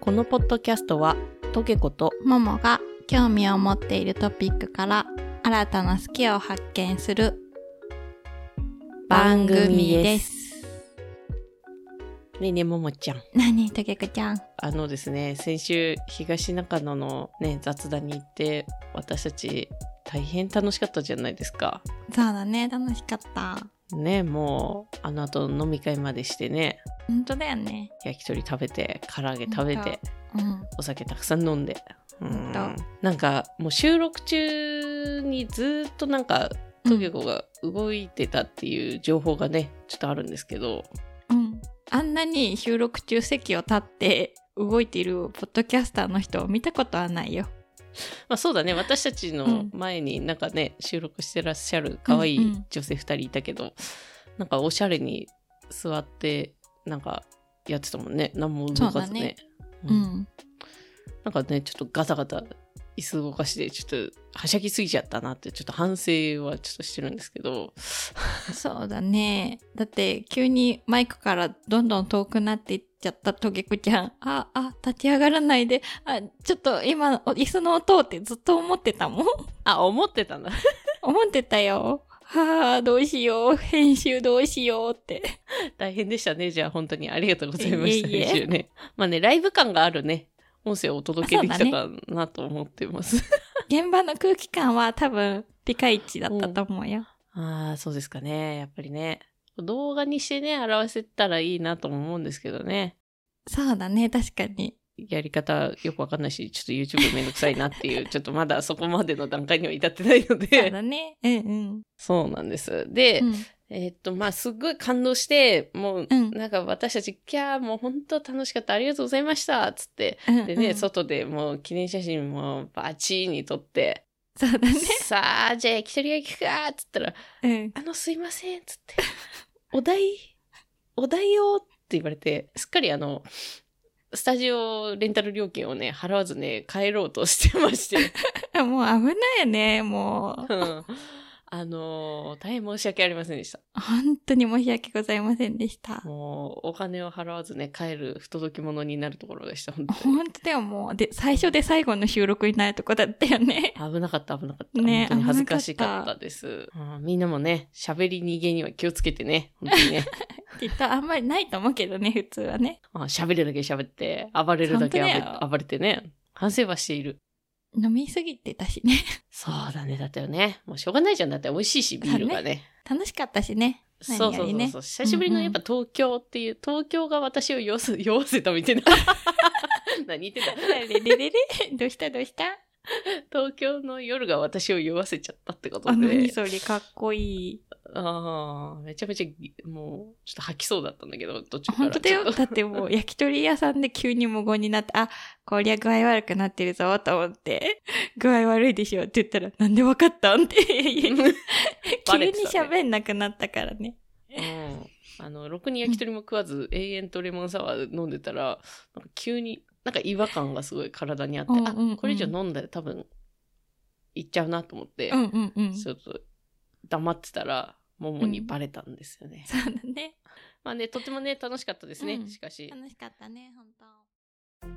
このポッドキャストはトゲコとももが興味を持っているトピックから新たな好きを発見する番組です。ねえねえももちゃん何とけこちゃん。あのですね先週東中野のね雑談に行って私たち大変楽しかったじゃないですかそうだね、楽しかった。ねえもうあの後飲み会までしてね本当だよね。焼き鳥食べて唐揚げ食べてうん。お酒たくさん飲んでうん本なんかもう収録中にずっとなんかトゲコが動いてたっていう情報がねちょっとあるんですけどうん。あんなに収録中席を立って動いているポッドキャスターの人を見たことはないよ。まあそうだね私たちうのん前になんかね、収録してらっしゃる可愛うんういん女性2人いたけど、なんかおしゃれに座ってなんかやってたもんね何も動かずねううんん。なんかねちょっとガタガタ椅子動かしてちょっとはしゃぎすぎちゃったなってちょっと反省はちょっとしてるんですけどそうだね。だって急にマイクからどんどん遠くなっていっちゃったトゲクちゃん。あ、あ、立ち上がらないで。あ、ちょっと今、お椅子の音ってずっと思ってたもん。 あ思ってたんだ 思ってたよ。はあ、どうしよう。編集どうしようって。大変でしたねじゃあ本当にありがとうございましたいえいえ編集ねまあねライブ感があるね音声をお届けできたそうかなと思ってます現場の空気感は多分、ピカイチだったと思うよ。ああ、そうですかね。やっぱりね。動画にしてね、表せたらいいなとも思うんですけどね。そうだね、確かに。やり方よくわかんないし、ちょっと YouTube めんどくさいなって いう、ちょっとまだそこまでの段階には至ってないのそうで。だね。うんうん。そうなんです。で、うんえーっと、まあ、すっごい感動して、もう、うんなんか私たち、キャー、もう本当楽しかった、ありがとうございました、つって。うんうんでね、外でもう記念写真もバチーに撮って、そうだね。さあ、じゃあ焼き鳥屋行くか、つったら、うん。あの、すいません、つって。お題、お題をって言われて、すっかりあの、スタジオレンタル料金をね、払わずね、帰ろうとしてまして。もう危ないよね、もうう。んあのー大変申し訳ありませんでした。本当に申し訳ございませんでした。もう、お金を払わずね、帰る不届き者になるところでした、本当に。本当だよ、もう。で、最初で最後の収録になるとこだったよね。 危なかった、危なかった。ね本当に恥ず危なかかったしかったです。うんみんなもね、喋り逃げには気をつけてね、本当にね。 きっとあんまりないと思うけどね、普通はね。まあ喋るだけ喋って、暴れるだけ本当だ暴よ暴れてね、反省はしている。飲みすぎてたしね。 そうだね。だったよね。もうしょうがないじゃん。だって美味しいし、ビールがね。楽しかったしね。そうそうそう何よりねそう。久しぶりのやっぱ東京っていう、東京が私を酔わせ酔わせたみた いな。何言ってんだレレレレ どうしたどうした東京の夜が私を酔わせちゃったってことあ、何で。それかっこいい。ああ、めちゃめちゃぎ、もう、ちょっと吐きそうだったんだけど、途中から。本当だよ。ちょっ とだってもう焼き鳥屋さんで急に無言になって、あ、こりゃ具合悪くなってるぞと思って、 具合悪いでしょって言ったら、なんでわかったんって。いやいや バ急レにてたね喋んなくなったからね。うん。あの、ろくに焼き鳥も食わず、永遠とレモンサワー飲んでたら、なんか急に、なんか違和感がすごい体にあって、うんうんうんあ、これ以上飲んだら多分、いっちゃうなと思って、うんうんうん。ちそうょっと黙ってたら、ももにバレたんですよね。だね。まあね、とてもね、楽しかったですね、うんしかし。楽しかったね、本当。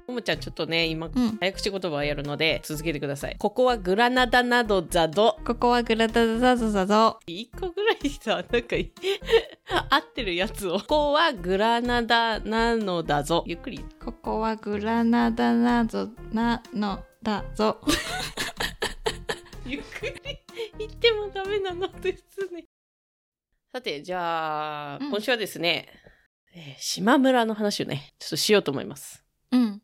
ももちゃん、ちょっとね、今、うん。早口言葉をやるので、続けてください。ここはグラナダなどザド。ここはグラダダダザザゾ。一個ぐらいさ、なんかい、 合ってるやつを。ここはグラナダなのだぞ。ゆっくりここはグラナダナゾ、なの、だぞ。 ゆっくり行ってもダメなのですね。さて、じゃあ、うん今週はですね、えー島村の話をね、ちょっとしようと思います。うん。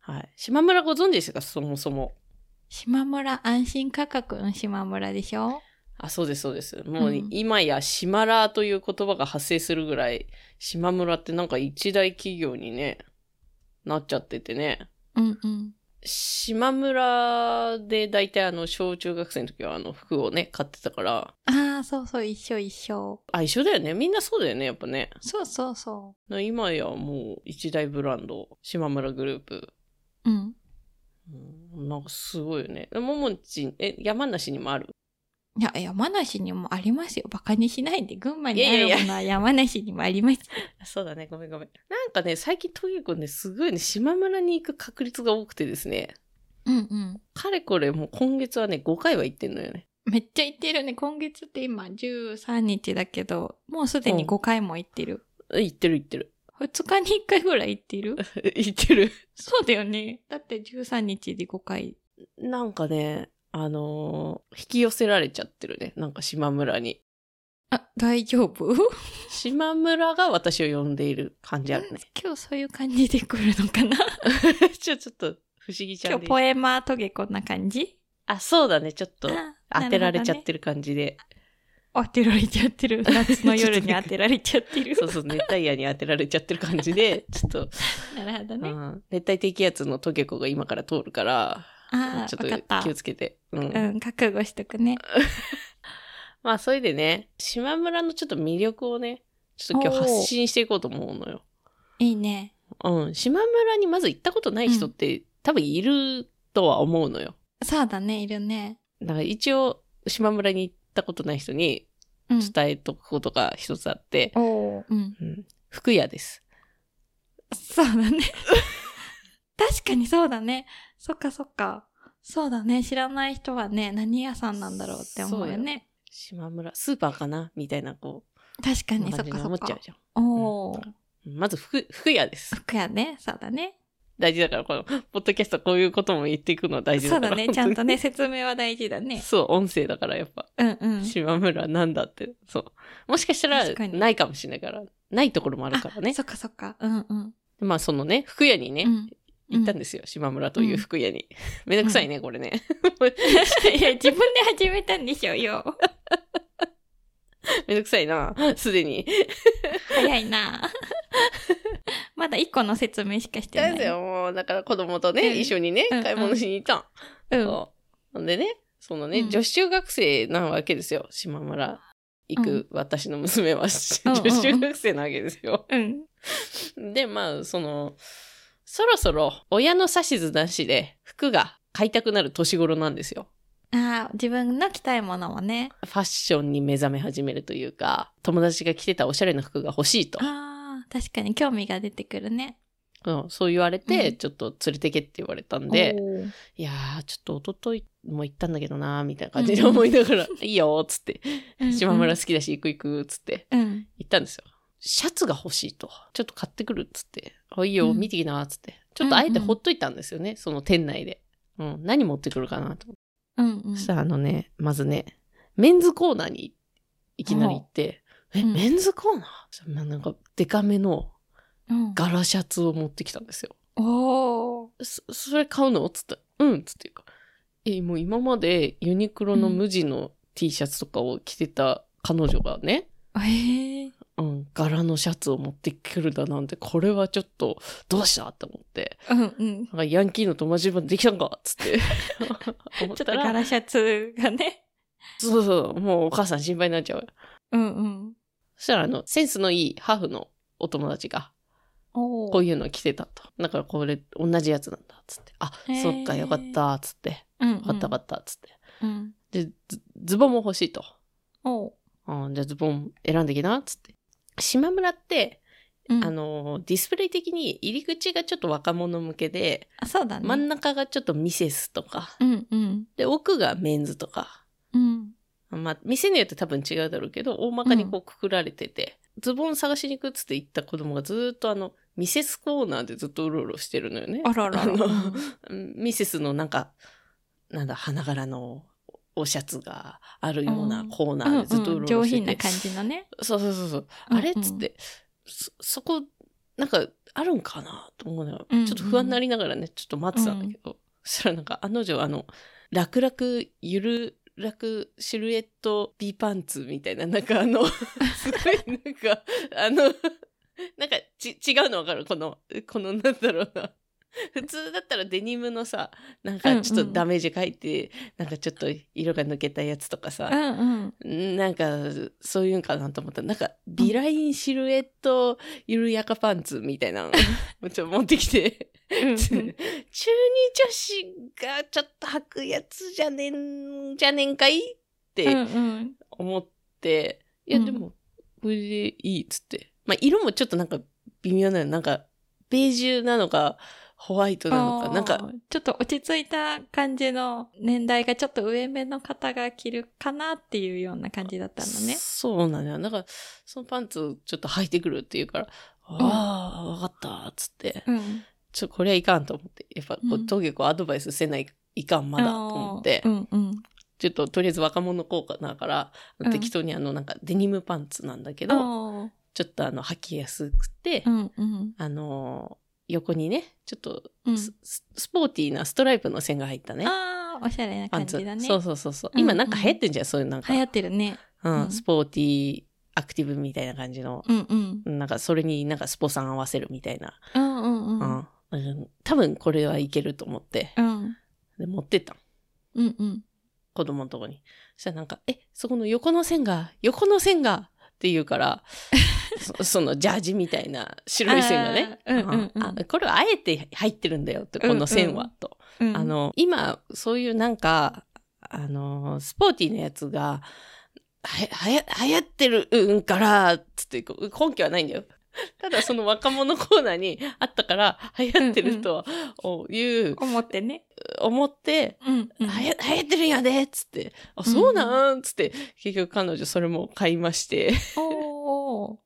はい。島村ご存知ですかそもそも。島村安心価格の島村でしょあ、そうです、そうです。もう、うん今や島村という言葉が発生するぐらい、島村ってなんか一大企業にね、なっちゃっててね。うんうん。島村で大体あの、小中学生の時はあの、服をね、買ってたから、ああ、そうそう、一緒一緒。あ、一緒だよね。みんなそうだよね、やっぱね。そうそうそな今やもう一大ブランド、島村グループ。う。うん。うんなんかすごいよね。ももちん、え、山梨にもあるいや、山梨にもありますよ。バカにしないで。群馬いにやいやいやあるものは山梨にもあります。そうだね、ごめんごめん。なんかね、最近とにかくね、すごいね、島村に行く確率が多くてですね、うんうん。かれこれもう今月はね、5回は行ってんのよね。めっちゃ行ってるね。今月って今13日だけど、もうすでに5回も行ってる。行ってる行ってる。 2日に1回ぐらい行ってる行ってる。そうだよね。だって13日で5回。なんかね、あのー引き寄せられちゃってるね。なんか島村に。あ、大丈夫島村が私を呼んでいる感じあるね。 今日そういう感じで来るのかなちょ、ちょっと、不思議ちゃ今ん日で。ポエマートゲこんな感じあ、そうだね。ちょっと、あ当てられちゃっるてる感じで。。ほどね。当てられちゃってる。夏の夜に当てられちゃってるそうそう、熱帯夜に当てられちゃってる感じ で、ちょっと、なるほどうね。ん、熱帯低気圧のトゲコが今から通るから、あちあ、ょわかっったと気。をつけて。うん。うん、覚悟しとくね。まあ、それでね、島村のちょっと魅力をね、ちょっと今日発信していこうと思うのよ。いいね。うん。島村にまず行ったことない人って、多分いるとは思うのよ。そうだね、いるね。だから一応、島村に行ったことない人にうん。伝えとくことが一つあって、おーうん。うん、服屋です。そうだね。 確かにそうだね。そっかそっか。そうだね。知らない人はね、何屋さんなんだろうって思うよね。島村、スーパーかなみたいな、こう、確かに、そ感っじかにそ思っっちゃう。かじゃん。おお。まず服、服屋です。 服やね。そうだね。大事だから、この、ポッドキャストこういうことも言っていくのは大事そだうから。だ ね。ちゃんととね、説明は大事だね。そう、音声だからやっぱ、うんうん。島村なんだって。そう。もしかしたら確か、にないかもしれないから、ないところもあるからね。そっかそっか。うんうん。まあ、そのね、服屋にね、うん。行ったんですすよ、島村という服屋に。めんどくさいね、これね。 いや、自分で始めたんでしょうよ。 めんどくさいな、すでに。早いな。 まだ一個の説明しかしてなだい。よ、もう、だから子供とね、うん一緒にね、うん買い物しに行ったん。うん。そうなんでね、そのね、うん女子中学生なわけですよ、島村。行うく私の娘は、うん女子中学生なわけですよ。うん。で、まあ、その、そろそろ親の指図なしで服が買いたくなる年頃なんですよ。ああ、自分の着たいものもね。ファッションに目覚め始めるというか、友達が着てたおしゃれな服が欲しいと。ああ、確かに興味が出てくるね。うん、そう言われて、うんちょっと連れてけって言われたんで、おー、いやー、ちょっと一昨日も行ったんだけどなー、みたいな感じで思いな がら、いいよー、つって、島村好きだし行く行く、つってうん。うん。行ったんですよ。シャツが欲しいと。ちょっと買ってくる、つって。あ、いいよ、うん見てきな、つって。ちょっとあえてほっといたんですよね、その店内で。うん、何持ってくるかなと。うん、うん。そしたらあのね、まずね、メンズコーナーにいきなり行って、え、うんメンズコーナーそしたらなんかデカめのうん、柄シャツを持ってきたんですよ。おーそそれ買うのつったらうん、つっていうか。え、もう今までユニクロの無地の T シャツとかを着てた彼女がね、へえ。うん、柄のシャツを持ってくるだなんて、これはちょっと、どうしたって思って、うんうん。なんかヤンキーの友達までできたんかつ って、思っちょったとら、柄シャツがね。そうそう、もうお母さん心配になっ ちゃう。うんうん。そしたら、あの、センスのいいハーフのお友達が、おこういいうの着てたと。だから、これ、同じやつなんだ、つって。あへ、ーそっか、よかった、つって。うん、よかった、よかっった、つって。た。うん。で、ズズボンも欲しいと。おーうん、じゃあ、ズボン選んできな、つって。島村って、うん、あのー、ディスプレイ的に入り口がちょっと若者向けで、あ、そうだね。真ん中がちょっとミセスとか、うんうん。で、奥がメンズとか。うん。まあ、店によって多分違うだろうけど、大まかにこうくくられてて、ズボン探しに行くっつって行った子供がずーっとあの、ミセスコーナーでずっとうろうろしてるのよね。あららら。のう んミセスのなんか、なんだ、花柄のおシャツがあるようなコーナーでずっとうろう上ろしてて。品な感じ のね。そうそうそうそう。あれっうんうんつって、そ、そこ、なんか、あるんかなと思うのよ。うんうんちょっと不安になりながらね、ちょっと待ってたんだけど、そしたらなんか、あの女、あの、楽々、ゆる、楽シルエット B パンツみたいな、なんかあ の、すごい、なんか、あの、なんかち、違うのわかるこの、この、なんだろうな。普通だったらデニムのさ、なんかちょっとダメージ書いて、なんかちょっと色が抜けたやつとかさ、うんうん。なんか、そういうんかなと思ったら、なんか、ビラインシルエット、ゆるやかパンツみたいな の、をちょっと持ってきて、うんう中二ん女子がちょっと履くやつじゃねん、じゃねんかいっうんてうん思って、ういんや、でも、これでいいっつって。まあ、色もちょっとなんか微妙なの。なんか、ベージュなのか、ホワイトなのあか、ーなんか、ちょっと落ち着いた感じの年代がちょっと上目の方が着るかなっていうような感じだったのねそうなのよ。なんか、そのパンツちょっと履いてくるって言うから、ああ、わかった、っつって。うんちょ、これはいかんと思って。やっぱ、こううん登下こうアドバイスせない、いかんまだ、と思ってあーう。んうんちょっと、とりあえず若者効果だから、うん適当にあの、なんか、デニムパンツなんだけど、あちょっとあの、履きやすくて、ーうんうんあのー横にね、ちょっとうんス、ススポーティーなストライプの線が入ったね。あーおしゃれなパ感ンツ。じだねそうそうそうそう。うん今なんか流行ってんじゃん、そういうなんか流。行ってるねうん、うんスポーティーアクティブみたいな感じの。うんうんなんかそれになんかスポさん合わせるみたいな。うんうんううんん。うん多分これはいけると思って、うんで持ってったのうんうん子供のとこに。そしたらなんか、え、そこの横の線が、横の線がって言う から、そそのジャージみたいな白い線がね。あーうんうんうんあこれはあえて入ってるんだよって、この線は、うんと。うんあの、今、そういうなんか、あの、スポーティーなやつが、はや、はや流行ってるうんから、つって、こう根拠はないんだよ。 ただその若者コーナーにあったから、流行ってるという、思ってね思って、うんうんはや、流行ってるんやで、つって、あ、うんうんそうなんつって、結局彼女それも買いまして、 おー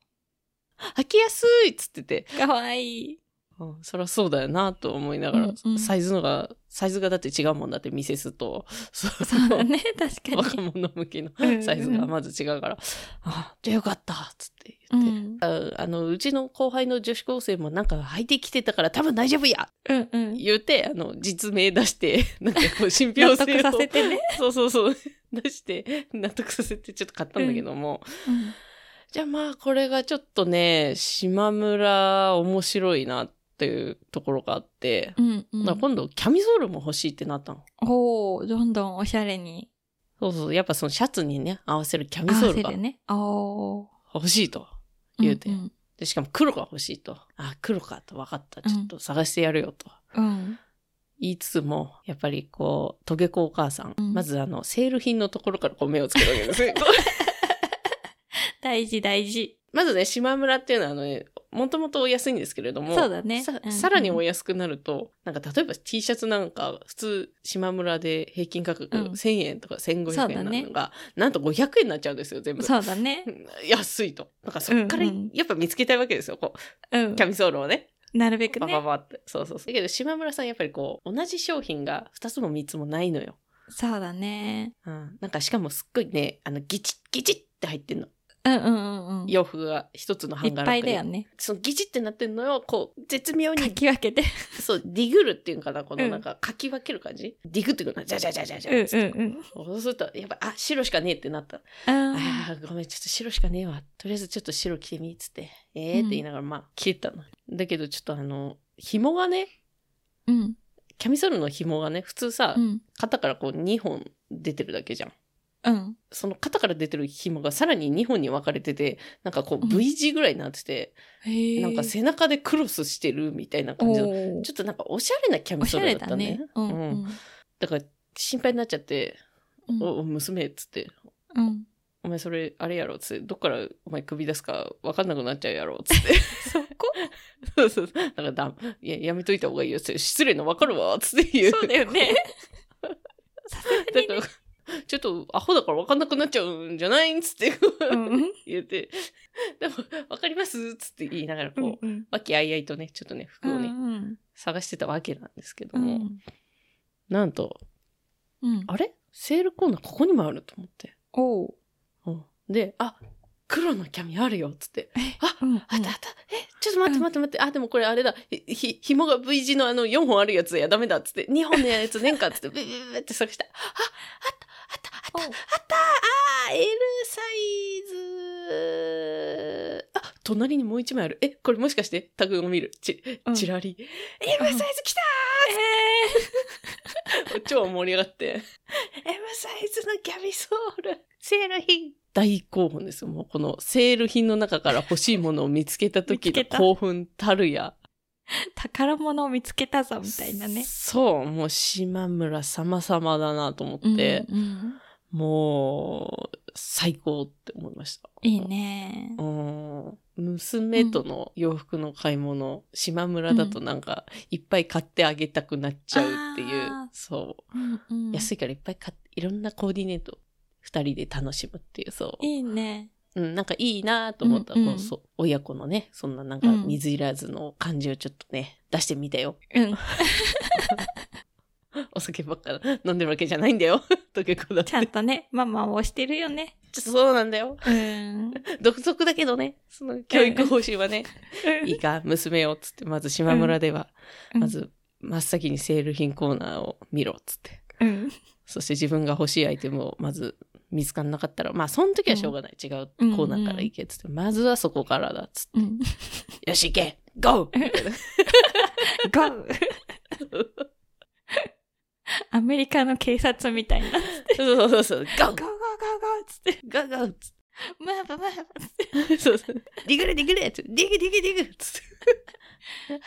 履きやすいつってて、かわいいうんそりゃそうだよなと思いながら、うんうんサイズのが、サイズがだって違うもんだって、ミセスと、そそう だね確か若に者向けのうんうんサイズがまず違うから、あ、じゃあよかったっつってう言って、んああの、うちの後輩の女子高生もなんか履いてきてたから多分大丈夫やうんうん言うて、あの、実名出して、 なんかこう、信憑納性得をさせてねそうそうそう、出して、納得させてちょっと買ったんだけども、じゃあまあ、これがちょっとね、島村面白いなっていうところがあって、うんだうんから今度キャミソールも欲しいってなったの。おおどんどんおしゃれにそうそう、やっぱそのシャツにね、合わせるキャミ合ソーわルせがるねおー欲しいと。言うてうんで、しかも黒が欲しいと。あ、黒かと分かった。うんちょっと探してやるよと。うん言いつつも、やっぱりこう、トゲ子お母さん、うんまずあの、セール品のところからこう目をつけるわけですね。 大事大事まずね、島村っていうのはあのね、もともとお安いんですけれども、そうだねさうんさらにお安くなると、なんか例えば T シャツなんか、普通、島村で平均価格うん1000円とかそう1500だ円なねのが、なんと500円になっちゃうんですよ、全部。そうだね 安いと。なんかそっからうんうんやっぱ見つけたいわけですよ、こう、うんキャミソールをね。なるべくババねバって。そうそうそう。だけど、島村さんやっぱりこう、同じ商品が2つも3つもないのよ。そうだねうん。なんかしかもすっごいね、あの、ギチッギチッって入ってんの。うんうんうんうんい洋服が一つのハンっガーぱのい中にだよねそのギチってなってんのを、こう、絶妙かに、き分けてそう、ディグルっていうのかな、こうのんなんか、かき分ける感じ、ディグってくるの、じゃじゃじゃじゃじうゃ。んうんうんそうすると、やっぱ、あ、白しかねえってなった。あああ、ごめん、ちょっと白しかねえわ。とりあえずちょっと白着てみ、つって。ええー、って言いながら、まあ、着てたの。だけど、ちょっとあの、紐がね、ーうんキャミソールの紐がね、普通さ、うん肩からこう2本出てるだけじゃん。うんその肩から出てる紐がさらに2本に分かれてて、なんかこううん V 字ぐらいになってて、へえなんか背中でクロスしてるみたいな感じの、おちょっとなんかおしゃれなキャミおしソゃールれだっだたね。ねうんううんんだから心配になっちゃって、うんおお、娘っつって、うんお前それあれやろっつって、どっからお前首出すか分かんなくなっちゃうやろっつって。 そこそうそうそう。だからだ、いや、やめといた方がいいよっつって、失礼の分かるわっつって 言う。そうだよね だから、ちょっとアホだから分かんなくなっちゃうんじゃないんつっ てこううん言って、 でも、分かりますつって言いながら、こう、うん和気あいあいとね、ちょっとね、う服をね、ん探してたわけなんですけどうも、んなんと、うんあれセールコーナーここにもあると思って。おううんで、あ、黒のキャミあるよっつって。あ、うんうんあったあった。え、ちょっと待って待って待って。あ、でもこれあれだ。ひ、ひ、紐が V 字のあの4本あるやつやダメだっつって。2本のやつねんかっつって。ブーブーブーって探した。あ、あった、あった、あった、あった、あー、L サイズ。あ、隣にもう一枚ある。え、これもしかしてタグを見る。ちう、んちらり。M サイズ来たー、 超盛り上がって。M サイズのキャミソール、セール品。大興奮ですよ。もうこのセール品の中から欲しいものを見つけた時見つのけた興奮たるや。宝物を見つけたぞみたいなね。そう、もう島村様々だなと思って、うんもう、最高って思いました。いいねう。ん。娘との洋服の買い物、島村だとなんか、いっぱい買ってあげたくなっちゃうっていう、あーそう。うんうん安いからいっぱい買って、いろんなコーディネート、二人で楽しむっていう、そう。いいね。うん、なんかいいなと思った、うんうんこうそう親子のね、そんななんかうん水いらずの感じをちょっとね、出してみたよ。うん。お酒ばっか飲んでるわけじゃないんだよ。 と結構だってちゃんとね、ママを推してるよね。そうなんだよ。 うん。独特だけどね、その教育方針はね、いいか、娘を、つって、まず島村では、ま、ず真っ先にセール品コーナーを見ろ、つって。うん。そして自分が欲しいアイテムをまず見つからなかったら、まあ、その時はしょうがない。違うコーナーから行け、つって。まずはそこからだ、つっうん。て。よし、行け !GO! みたいなゴーアメリカの警察みたいな。そうそうそうそう、ゴーゴ GO! ーゴーゴーつって、ガガッつっマーバマーバて。そうそう。ディグレディグレつってディグディグディグつって。っ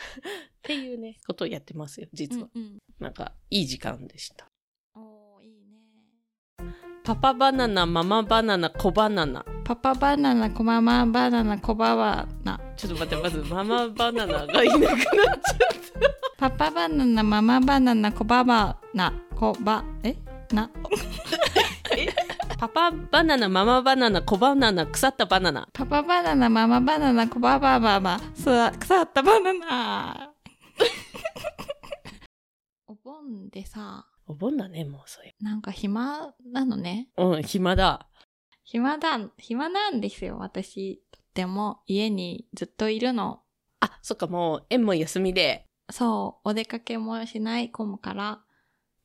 ていうね、ことをやってますよ、実は。うんなんか、いい時間でした。うん。おーいいね。パパバナナ、ママバナナ、小バナナ。パパバナナ、コママバナナ、コババナ。ちょっと待って、まずママバナナがいなくなっちゃっパパバナナ、ママバナナ、コババナ、コバ、えな。た。パパバナナ、ママバナナ、小バナナ、腐ったバナナ。パパバナナ、ママバナナ、コババババ、すわ腐ったバナナ。 お盆でさ、お盆だね、もうそれ。なんか暇なのね。うん、暇だ。暇だ、暇なんですよ、私。とっても家にずっといるの。あ、そっか、もう、縁も休みで。そう、お出かけもしない子もから、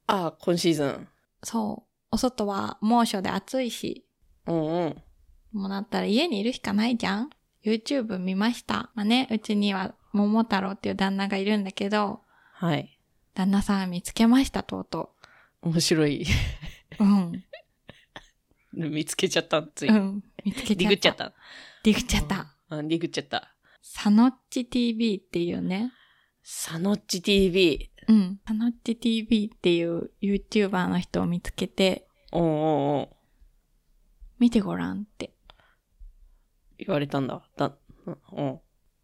あ、今シーズン。そう、お外は猛暑で暑いし、うんうん。もうなったら家にいるしかないじゃん ?YouTube 見ました。まあね、うちには桃太郎っていう旦那がいるんだけど、はい。旦那さん見つけました、とうと面白い。 う。うん。見つけちゃった、つい。うん。見つけちゃっディた。グっちゃっ。た。ディグっちゃった。うん、ディグっちゃった。サノッチ TV っていうね。サノッチ TV。うん。サノッチ TV っていう YouTuber の人を見つけて、おんおんおん。見てごらんって。言われたんだ。だ、うん。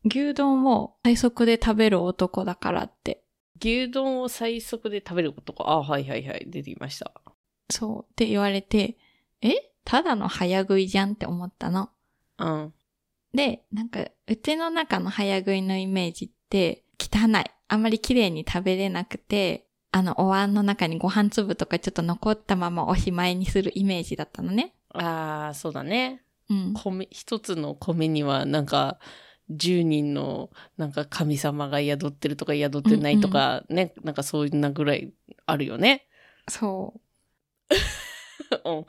牛丼を最速で食べる男だからって。牛丼を最速で食べることか。あ、はいはいはい。出てきました。そう。って言われて、えただの早食いじゃんって思ったの。うん。で、なんか、うちの中の早食いのイメージって、汚い。あまり綺麗に食べれなくて、あの、お椀の中にご飯粒とかちょっと残ったままおしまいにするイメージだったのね。ああ、そうだね。うん。米、一つの米にはなんか、10人のなんか神様が宿ってるとか宿ってないとかね、なんかそういうなぐらいあるよね。 そう。うん。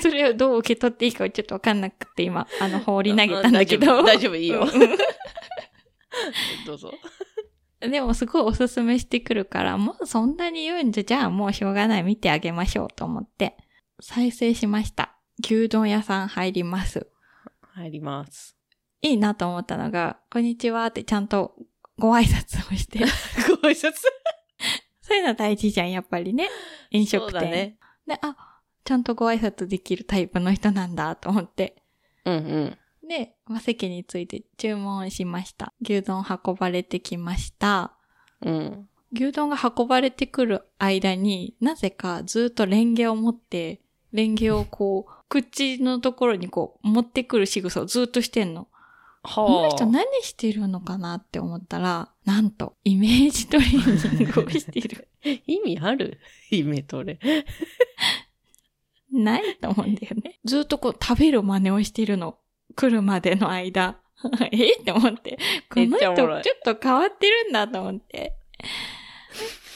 それをどう受け取っていいかちょっとわかんなくて今、あの、放り投げたんだけうど。ん大丈夫大丈夫、いいよ。うん どうぞ。でもすごいおすすめしてくるから、もうそんなに言うんじゃ、じゃあもうしょうがない見てあげましょうと思って、再生しました。牛丼屋さん入ります。入ります。 いいなと思ったのが、こんにちはってちゃんとご挨拶をして。 ご挨拶。そういうの大事じゃん、やっぱりね。飲食そう店。だね。で、あ、ちゃんとご挨拶できるタイプの人なんだと思って。うんうん。で、まあ、席について注文しました。牛丼運ばれてきました。うん。牛丼が運ばれてくる間に、なぜかずっとレンゲを持って、レンゲをこう、口のところにこう、持ってくる仕草をずっとしてんの。このは人何してるのかなって思ったら、なんと、イメージトレーニングをしてる。 意味ある 夢トレ。ないと思うんだよね。ずっとこう、食べる真似をしてるの。来るまでの間。 えって思って。こめのっちゃ人、おちもょろっいと変わってるんだと思って。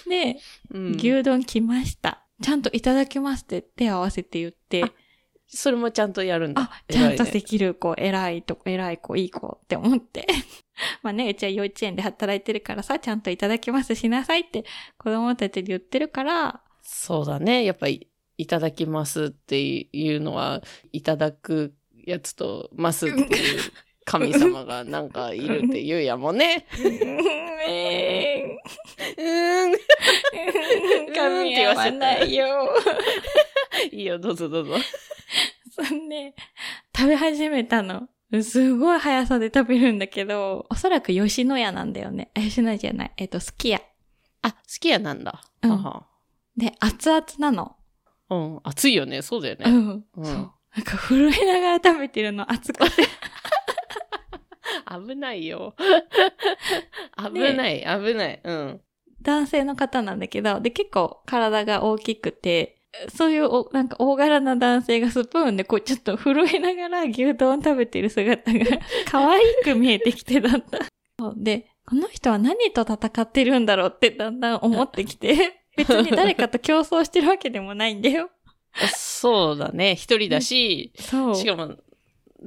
で、うん。牛丼来ました。ちゃんといただきますって手合わせて言って、それもちゃんとやるんだあ。、ちゃんと偉いねできる子、偉いとこ、偉い子、いい子って思って。まあね、うちは幼稚園で働いてるからさ、ちゃんといただきますしなさいって子供たちに言ってるから、そうだね。やっぱり、いただきますっていうのは、いただくやつと、ますっていう神様がなんかいるって言うやもんね。うーん、うーん。噛み合わないよ。いいよ、どうぞどうぞ。そんで、食べ始めたの。すごい速さで食べるんだけど、おそらく吉野家なんだよね。あ吉野家じゃない。えっ、と、すき家。あ、好きやなんだ。うんははで、熱々なの。うん。暑いよね。そうだようね。ん。うんそう。なんか震えながら食べてるの、熱く て。危ない よ。危ない、危ない。うん。男性の方なんだけど、で、結構体が大きくて、そういうお、なんか大柄な男性がスプーンでこうちょっと震えながら牛丼食べてる姿 が可愛く見えてきてだった。そうで、この人は何と戦ってるんだろうってだんだん思ってき て、別に誰かと競争してるわけでもないんだよ。そうだね。一人だし、そう。しかも、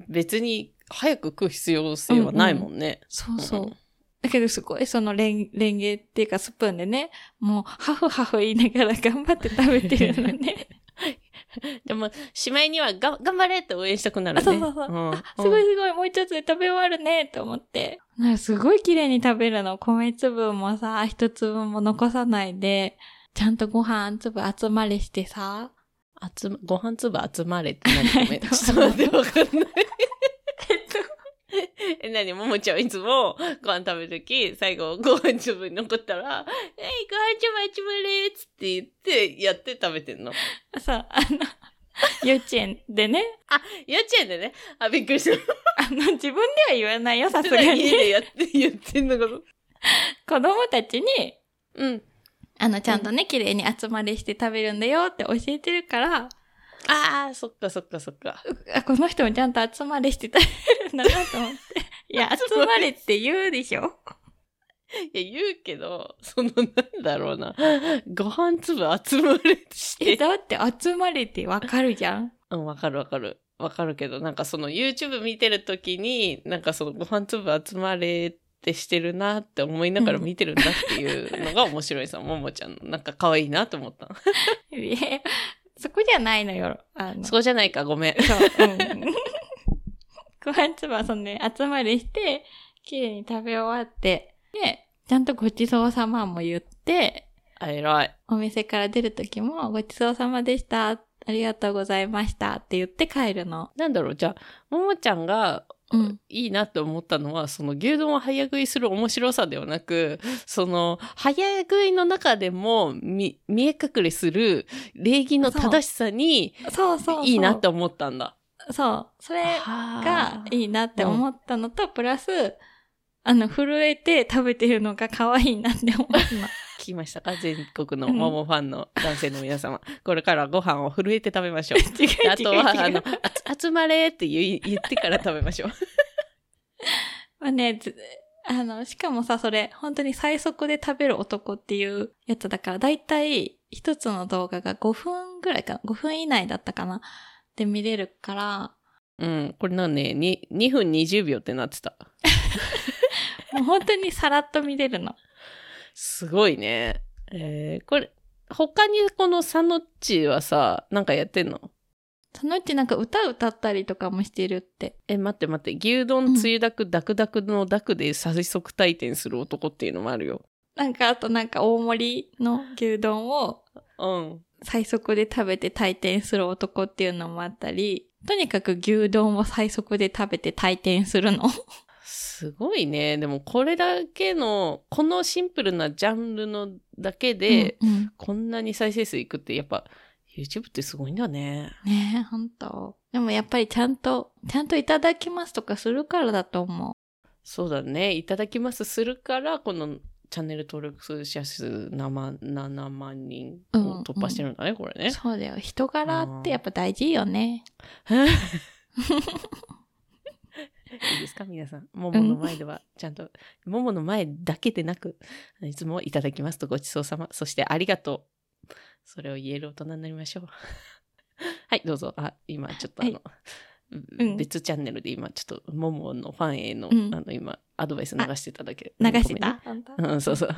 別に早く食う必要性はないもんね。そううんそう。だけどすごいそのレンレンゲっていうかスプーンでね、もうハフハフ言いながら頑張って食べてるのね。でも、しまいにはが、頑張れって応援したくなるね。あ そうそうそうあ、すごいすごい、もう一つで食べ終わるね、と思って。なんかすごい綺麗に食べるの。米粒もさ、一粒も残さないで、ちゃんとご飯粒集まりしてさ。集まご飯粒集まれって何ごめん。えっち とょっと待って、わ かんない。えっと、え、なに、ももちゃんいつもご飯食べるとき、最後ご飯粒残ったら、えい、ご飯粒集まれっつって言って、やって食べてんの。さ、あの、幼稚園でね、幼稚園でね、あ、びっくりした。あの、自分では言わないよ、さすが家に。でやって、 言ってんのかと。子供たちに、うん。あの、ちゃんとね、綺麗に集まりして食べるんだよって教えてるから、ああ、そっかそっかそっか。あこの人もちゃんと集まりして食べるんだなと思って。いや、 集まれって言うでしょいや、言うけど、その、なんだろうな。ご飯粒集まれってしえ、て。だって集まれてわかるじゃ ん。うん、わかるわかる。わかるけど、なんかその YouTube 見てるときに、なんかそのご飯粒集まれってしてるなって思いながら見てるんだっていうのが面白いさ、ももちゃんの。なんか可愛いなと思 った。いやそこじゃないのよ。あの、そうじゃないか、ごめん。そう。うん。 ご飯粒はそのね、集まりして、綺麗に食べ終わって、で、ちゃんとごちそうさまも言って、あ、偉い。お店から出るときも、ごちそうさまでした。ありがとうございました。って言って帰るの。なんだろう、じゃあ、ももちゃんが、うん。いいなって思ったのは、その牛丼を早食いする面白さではなく、その早食いの中でも見見え隠れする礼儀の正しさにそうそうそう。いいなって思ったんだ。そう。それががいいなって思ったのと、プラス、あの、震えて食べてるのが可愛いなって思ったの。聞きましたか全国のモモファンの男性の皆様。これからご飯を震えて食べましょう。 違う違う違う。あとは、あの、あつ集まれって言い言ってから食べましょう。まあね、ずあの、しかもさ、それ、本当に最速で食べる男っていうやつだから、だいたい一つの動画が5分ぐらいかな、5分以内だったかな、で見れるから、うん、これなんね、に2分20秒ってなってた。もう本当にさらっと見れるの。すごいね。えーこれ、他にこのサノッチはさ、なんかやってんのそのうちなんか歌歌ったりとかもしてるって。え、待って待って、牛う丼、んつゆだく、ダクダクのダクで最速退転する男っていうのもあるよ。なんか、あとなんか大盛りの牛丼をうん。最速で食べて退店する男っていうのもあったり、とにかく牛丼を最速で食べて退店するの。すごいね。でもこれだけの、このシンプルなジャンルのだけで、うんうんこんなに再生数いくって、やっぱ YouTube ってすごいんだね。ねえ、ほんと。でもやっぱりちゃんと、ちゃんといただきますとかするからだと思う。そうだね。いただきますするから、このチャンネル登録者数7万 ,7 万人を突破してるんだね、これね。そうだよ。人柄ってやっぱ大事よね。いいですか皆さん。ももの前では、ちゃんと、ももの前だけでなく、いつもいただきますとごちそうさま、そしてありがとう。それを言える大人になりましょう。 はい、どうぞ。あ、今、ちょっとあの、うん別チャンネルで今、ちょっと、もものファンへの、うんあの、今、アドバイス流してただけ。流してた、ごめんねうん、そうそう。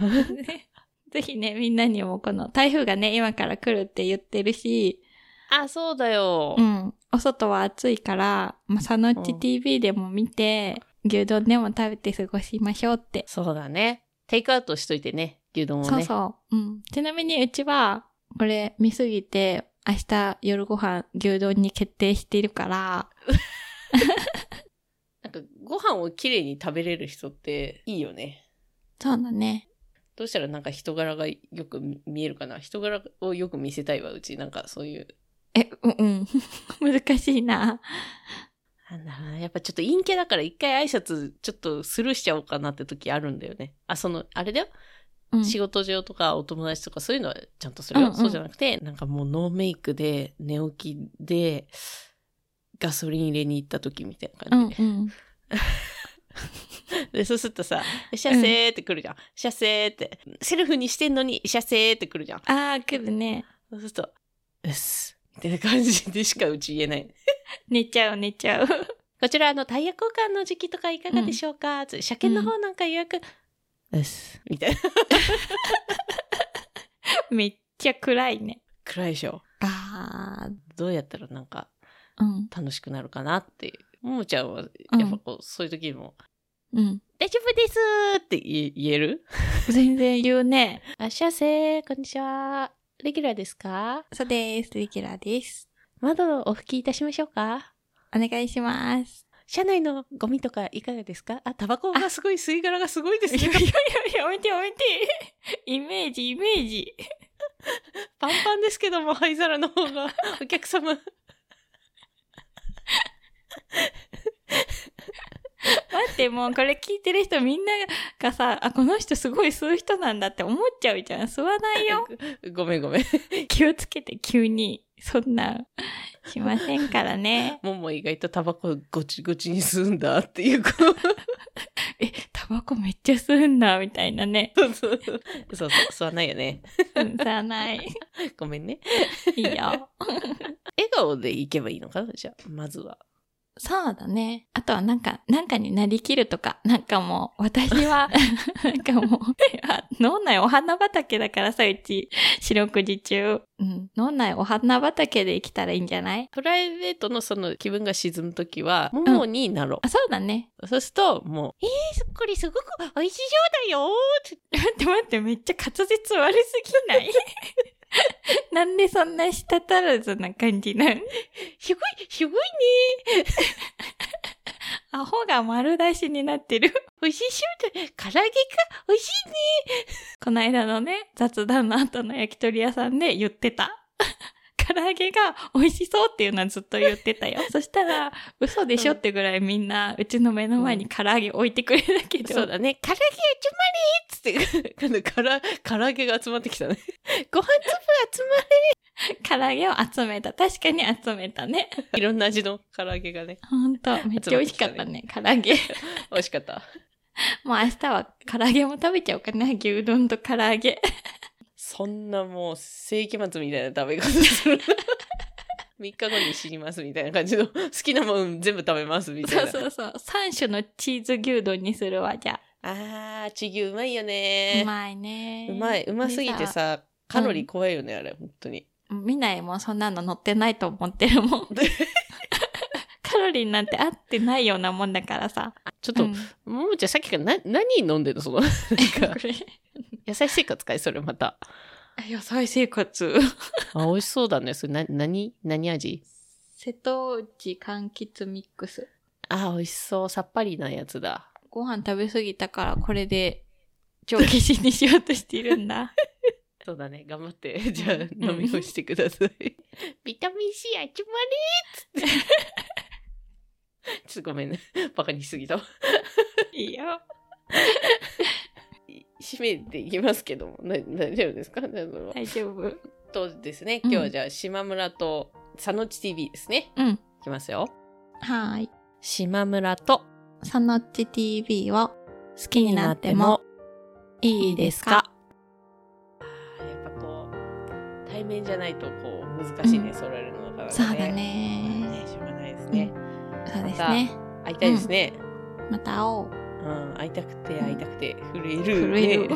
ぜひね、みんなにもこの台風がね、今から来るって言ってるし、 あ、そうだよう。ん。お外は暑いから、まあ、サノッチ TV でも見て、牛丼でも食べて過ごしましょうって。そうだね。テイクアウトしといてね、牛丼をね。そうそう。うん。ちなみにうちは、これ見すぎて、明日夜ご飯牛丼に決定しているから、なんかご飯をきれいに食べれる人っていいよね。そうだね。どうしたらなんか人柄がよく見えるかな人柄をよく見せたいわ、うち。なんかそういう。え、うん うん。難しいな。なんだろうなやっぱちょっと陰キャだから一回挨拶ちょっとスルーしちゃおうかなって時あるんだよね。あ、その、あれだよ。うん、仕事上とかお友達とかそういうのはちゃんとするよ。うんうんそうじゃなくて、なんかもうノーメイクで寝起きでガソリン入れに行った時みたいなう感んじで。うん。で、そうするとさ、シャセーってくるじゃん。シャセーって。セルフにしてんのにシャセーってくるじゃん。ああ、来るね。そうすると、うっす。みたいな感じでしかうち言えない。寝ちゃう寝ちゃう。 こちら、あの、タイヤ交換の時期とかいかがでしょうか、つ車検の方なんか予約、うっす。みたいな。めっちゃ暗いね。暗いでしょ。あどうやったらなんかあ、うん楽しくなるかなっていう。ももちゃんは、やうんっぱこう、そういう時も、うん。大丈夫ですって言え言える全然言うね。あ、幸せ、こんにちは。レギュラーですかそうです。レギュラーです。窓をお拭きいたしましょうかお願いします。車内のゴミとかいかがですかあ、タバコがすごい、吸い殻がすごいですね。やめてやめて。イメージイメージ。パンパンですけども、灰皿の方 が、お客様。待って、もうこれ聞いてる人みんながさ、あ、この人すごい吸う人なんだって思っちゃうじゃん。吸わ ないよ。ごめんごめん。気をつけて急に。そんな、しませんから ね。もも意外とタバコごちごちに吸うんだっていう、この、え、タバコめっちゃ吸うんだ、みたいなね。 そうそうそう、そう吸わないよね。うん、吸わない。ごめんね。いいよ。笑顔でいけばいいのかなじゃあ、まずは。そうだね。あとはなんか、なんかになりきるとか、なんかもう、私 は、なんかもう、あ脳内お花畑だからさ、うち、四六時中。うん、脳内お花畑で生きたらいいんじゃないプライベートのその気分が沈むときは、ももになろう。あ、そうだね。そうすると、もう、えー、これすごく美味しそうだよ待って待って、めっちゃ滑舌悪すぎない なんでそんな舌足らずな感じなんひごい、ひごいね。アホが丸出しになってる。美味しそうだ。唐揚げか美味しいね。この間のね、雑談の後の焼き鳥屋さんで言ってた。唐揚げが美味しそうっていうのはずっと言ってたよ。そしたら、嘘でしょってぐらいみんな、うちの目の前に唐揚げ置いてくれたけど。そうだね。唐揚げ集まれっつって、 今度から、唐揚げが集まってきたね。 ご飯粒集ま唐揚げを集めた。確かに集めたね。れいろんな味の唐揚げがね、ほんと、めっちゃ美味しかったね、唐揚げ。美味しかった。もう明日は唐揚げも食べちゃおうかな。牛丼と唐揚げ。そんなもう世紀末みたいな 食べ方する。3日後に死にますみたいな感じの好きなもん全部食べますみたいそうな。そうそう。3種のチーズ牛丼にするわ、じゃあー、チギうまいよあ。ねうまいね。うまい。うますぎて。さ、カロリー怖いよね、あれ、本当に。見ないもん、そんなの乗ってないと思ってるも ん。 カロリーなんて合ってないようなもんだからさ。ちょっと、うんこももちゃんさっきからな何飲んでんのその、なん か、れ。野菜生活かいそれまた。野菜生活。あ、美味しそうだね。それな、何何味瀬戸内柑橘ミックス。あー、美味しそう。さっぱりなやつだ。ご飯食べ過ぎたから、これで、上下しにしようとしているん だ。そうだね。頑張って。 じゃあ、うん飲み干してください。ビタミン C 集まれーっつって。ちょっとごめんね。 バカにしすぎたわ。い いよ。締めていきますけども。な大丈夫ですか大丈夫。大丈夫。とですね、うん今日はじゃあ、島村と、佐野地 TV ですね。うんいきますよ。はーい。島村と、サノッチ TV を好きになってもいいですかあーやっぱこう、対面じゃないと、こう、難しいね。うん揃えるのがなかなかね。そうだまあね。ね。しょうがないですね。そうですね。会いたいですね。また会おう。うん、会いたくて会いたくて震える、震えるね。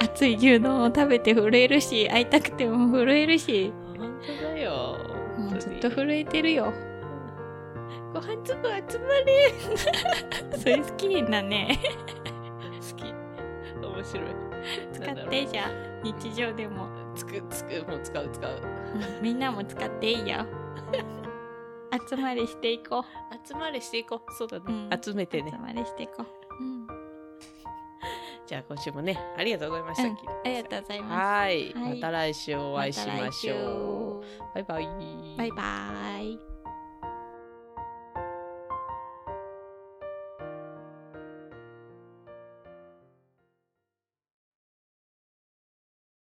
熱い牛丼を食べて震えるし、会いたくても震えるし、本当だよ。もうずっとえ震えてるよ。ご飯粒集まれそれ好きだね。好き。面白い。使なんだっろうてじゃあ、日常でも。つくつくもう使う使う。うんみんなも使っていいよ集まりしていこ集まれしていこう。そうだね。うん集めう、てね集。まりしていこう、うん、じゃあ今週もね、ありがとうございました。うん聞いてくださありがとうございますはい。はまいた来週おお会いしましょうう。バイバイ。バイバイ